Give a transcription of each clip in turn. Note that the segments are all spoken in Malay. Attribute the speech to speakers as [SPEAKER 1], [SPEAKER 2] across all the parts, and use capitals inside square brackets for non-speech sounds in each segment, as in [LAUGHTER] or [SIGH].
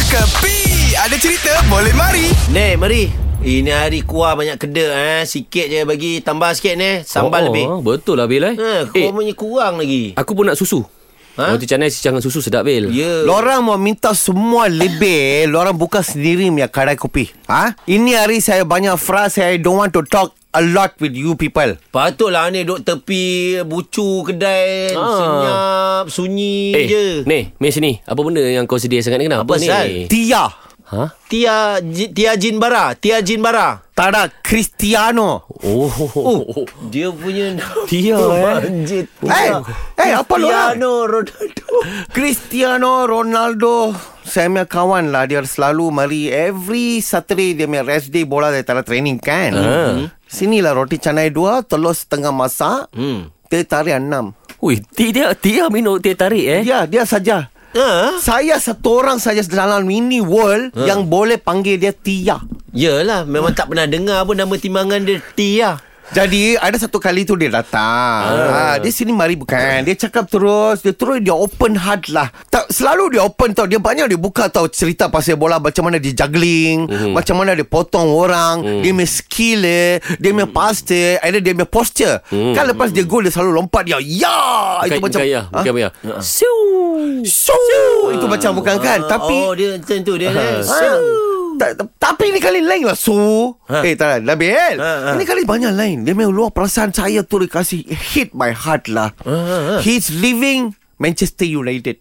[SPEAKER 1] Kepi Ada cerita boleh mari
[SPEAKER 2] Nek, mari. Ini hari kuah banyak keda eh. Sikit je bagi tambah sikit ne. Sambal oh, lebih.
[SPEAKER 3] Betul lah Bil eh.
[SPEAKER 2] Ha,
[SPEAKER 3] eh,
[SPEAKER 2] kuah punya kurang lagi.
[SPEAKER 3] aku pun nak susu.
[SPEAKER 2] Ha?
[SPEAKER 3] Ha? Roti canai si jangan susu sedap Bil.
[SPEAKER 2] Ya.
[SPEAKER 4] Lorang mau minta semua lebih Lorang buka sendiri punya kedai kopi ha? Ini hari saya banyak frase Saya don't want to talk a lot with you people
[SPEAKER 2] Patutlah ni duk tepi bucu kedai
[SPEAKER 3] Ah.
[SPEAKER 2] senyap sunyi
[SPEAKER 3] Eh,
[SPEAKER 2] je.
[SPEAKER 3] ni, Mei sini. Apa benda yang kau sedia sangat ni
[SPEAKER 2] ya.
[SPEAKER 3] kenapa
[SPEAKER 2] Apa
[SPEAKER 3] ni?
[SPEAKER 2] sal?
[SPEAKER 4] Tia
[SPEAKER 3] Ha?
[SPEAKER 2] Tia Ji- Tia Jin Bara, Tia Jin Bara.
[SPEAKER 4] Tada Cristiano
[SPEAKER 3] Oh. oh.
[SPEAKER 2] Oh, dia punya nama
[SPEAKER 3] Tia eh.
[SPEAKER 2] Jin.
[SPEAKER 4] Eh, eh, apa lorang?
[SPEAKER 2] Cristiano Ronaldo.
[SPEAKER 4] Cristiano Ronaldo Saya punya kawan lah Dia selalu mari Every Saturday Dia punya rest day bola Dia tak ada training kan uh. Sinilah roti canai dua Telur setengah masak hmm. Teh tarik enam
[SPEAKER 3] Ui, ti dia Tia minum teh tarik eh.
[SPEAKER 4] Ya dia saja
[SPEAKER 2] Ha?
[SPEAKER 4] Saya satu orang saja dalam mini world uh. Yang boleh panggil dia Tia
[SPEAKER 2] Yalah, memang tak pernah dengar pun nama timangan dia Tia.
[SPEAKER 4] Jadi ada satu kali tu dia datang. Ah. dia sini mari bukan. Dia cakap terus, dia terus dia open heart lah. Tak selalu dia open tau. Dia banyak dia buka tau cerita pasal bola macam mana dia juggling, mm-hmm. macam mana dia potong orang, mm. dia punya skill dia, dia punya pass dia, ada dia punya posture. Mm. Kan lepas dia gol dia selalu lompat dia. Ya, itu
[SPEAKER 3] Bukan,
[SPEAKER 4] macam Ha?
[SPEAKER 3] bukan ya, bukan ya.
[SPEAKER 4] Siu. Siu. Itu macam bukan kan? Tapi
[SPEAKER 2] Oh, dia macam tu dia. Ha.
[SPEAKER 4] Ha. Ta- ta- Tapi ni kali lain lah Su ha. Eh tak lah Nabil
[SPEAKER 2] Ha, ha.
[SPEAKER 4] ha, ha. Ini kali banyak lain Dia memang luar perasaan saya tu Dia kasih hit my heart lah ha, ha, ha. He's leaving Manchester United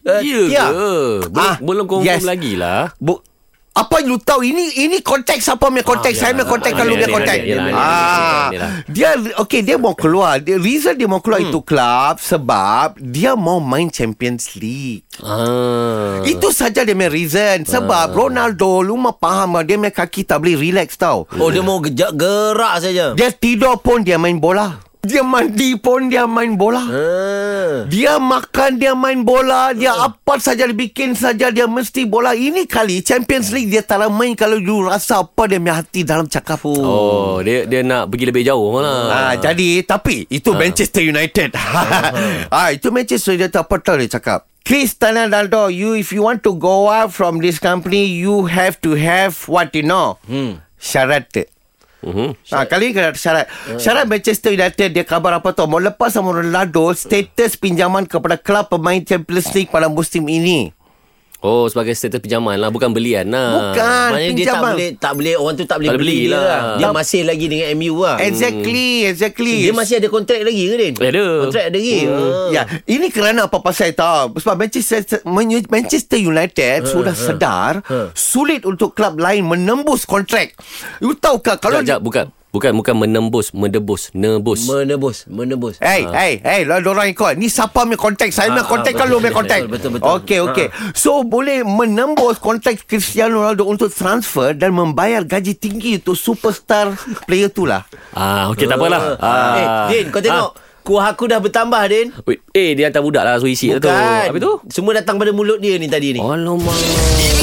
[SPEAKER 3] Ya
[SPEAKER 2] Tia.
[SPEAKER 3] ke? Belum,
[SPEAKER 4] Eh, Ah,
[SPEAKER 3] belum confirm
[SPEAKER 4] yes.
[SPEAKER 3] lagi lah.
[SPEAKER 4] Bu- apa you tahu ini ini konteks apa punya konteks saya punya konteks
[SPEAKER 3] ah,
[SPEAKER 4] kalau
[SPEAKER 3] yelah,
[SPEAKER 4] punya
[SPEAKER 3] yelah,
[SPEAKER 4] konteks
[SPEAKER 3] yelah, yelah,
[SPEAKER 4] ah
[SPEAKER 3] yelah,
[SPEAKER 4] dia okey dia mau keluar dia reason dia mau keluar itu club sebab dia mau main Champions League
[SPEAKER 3] Ah.
[SPEAKER 4] Uh. Itu saja dia punya reason Sebab Ronaldo Luma faham ah, Dia punya kaki tak boleh relax tau
[SPEAKER 2] Oh, dia mau gejak gerak saja.
[SPEAKER 4] Dia tidur pun dia main bola Dia mandi pun dia main bola
[SPEAKER 2] Ha.
[SPEAKER 4] Dia makan dia main bola Dia apa saja dia bikin saja Dia mesti bola Ini kali Champions League dia tak nak main Kalau you rasa apa dia punya hati dalam cakap oh.
[SPEAKER 3] Oh, dia dia nak pergi lebih jauh lah.
[SPEAKER 4] Ah, jadi tapi itu Manchester United. [LAUGHS] ah, itu Manchester United apa tahu dia cakap. Cristiano Ronaldo, you if you want to go out from this company, you have to have what you know. Hmm. Syarat dia.
[SPEAKER 3] Mhm.
[SPEAKER 4] Ha, kali ni kena ada syarat. Syarat Manchester United dia kabar apa tau. Mau lepas sama Ronaldo, status pinjaman kepada klub pemain Champions League pada musim ini.
[SPEAKER 3] Oh, sebagai status pinjaman lah, bukan belian lah.
[SPEAKER 4] Bukan
[SPEAKER 2] Maknanya dia tak
[SPEAKER 4] pinjaman.
[SPEAKER 2] boleh tak boleh orang tu tak boleh
[SPEAKER 3] Tak
[SPEAKER 2] beli
[SPEAKER 3] beli
[SPEAKER 2] lah.
[SPEAKER 3] lah.
[SPEAKER 2] Dia masih lagi dengan MU lah.
[SPEAKER 4] Exactly, exactly.
[SPEAKER 2] Dia masih ada kontrak lagi ke Din?
[SPEAKER 3] Ada.
[SPEAKER 2] Kontrak ada lagi. Hmm.
[SPEAKER 4] Ya, ini kerana apa pasal tahu? Sebab Manchester Man- Manchester United
[SPEAKER 2] Ha,
[SPEAKER 4] sudah sedar sulit untuk klub lain menembus kontrak. You tahu ke kalau
[SPEAKER 3] Jap, jap, bukan. Bukan, bukan menembus, mendebus, nebus.
[SPEAKER 2] Menebus, menebus.
[SPEAKER 4] Hey, hey, hey, lo orang ikut. Ni siapa punya kontak? Saya punya
[SPEAKER 2] Ah, ah,
[SPEAKER 4] kontak
[SPEAKER 2] betul,
[SPEAKER 4] kan lo punya
[SPEAKER 2] betul,
[SPEAKER 4] kontak.
[SPEAKER 2] betul, betul. Ha.
[SPEAKER 4] Okey, okey. So, boleh menembus kontak Cristiano Ronaldo untuk transfer dan membayar gaji tinggi untuk superstar player tu lah.
[SPEAKER 3] Ah, okey tak apalah. Ah.
[SPEAKER 2] Eh, Din, kau tengok. Kuah aku dah bertambah, Din.
[SPEAKER 3] Wait, eh dia hantar budak lah Suisi tu. Habis tu?
[SPEAKER 2] Semua datang pada mulut dia ni tadi ni.
[SPEAKER 3] Alamak.
[SPEAKER 1] Ini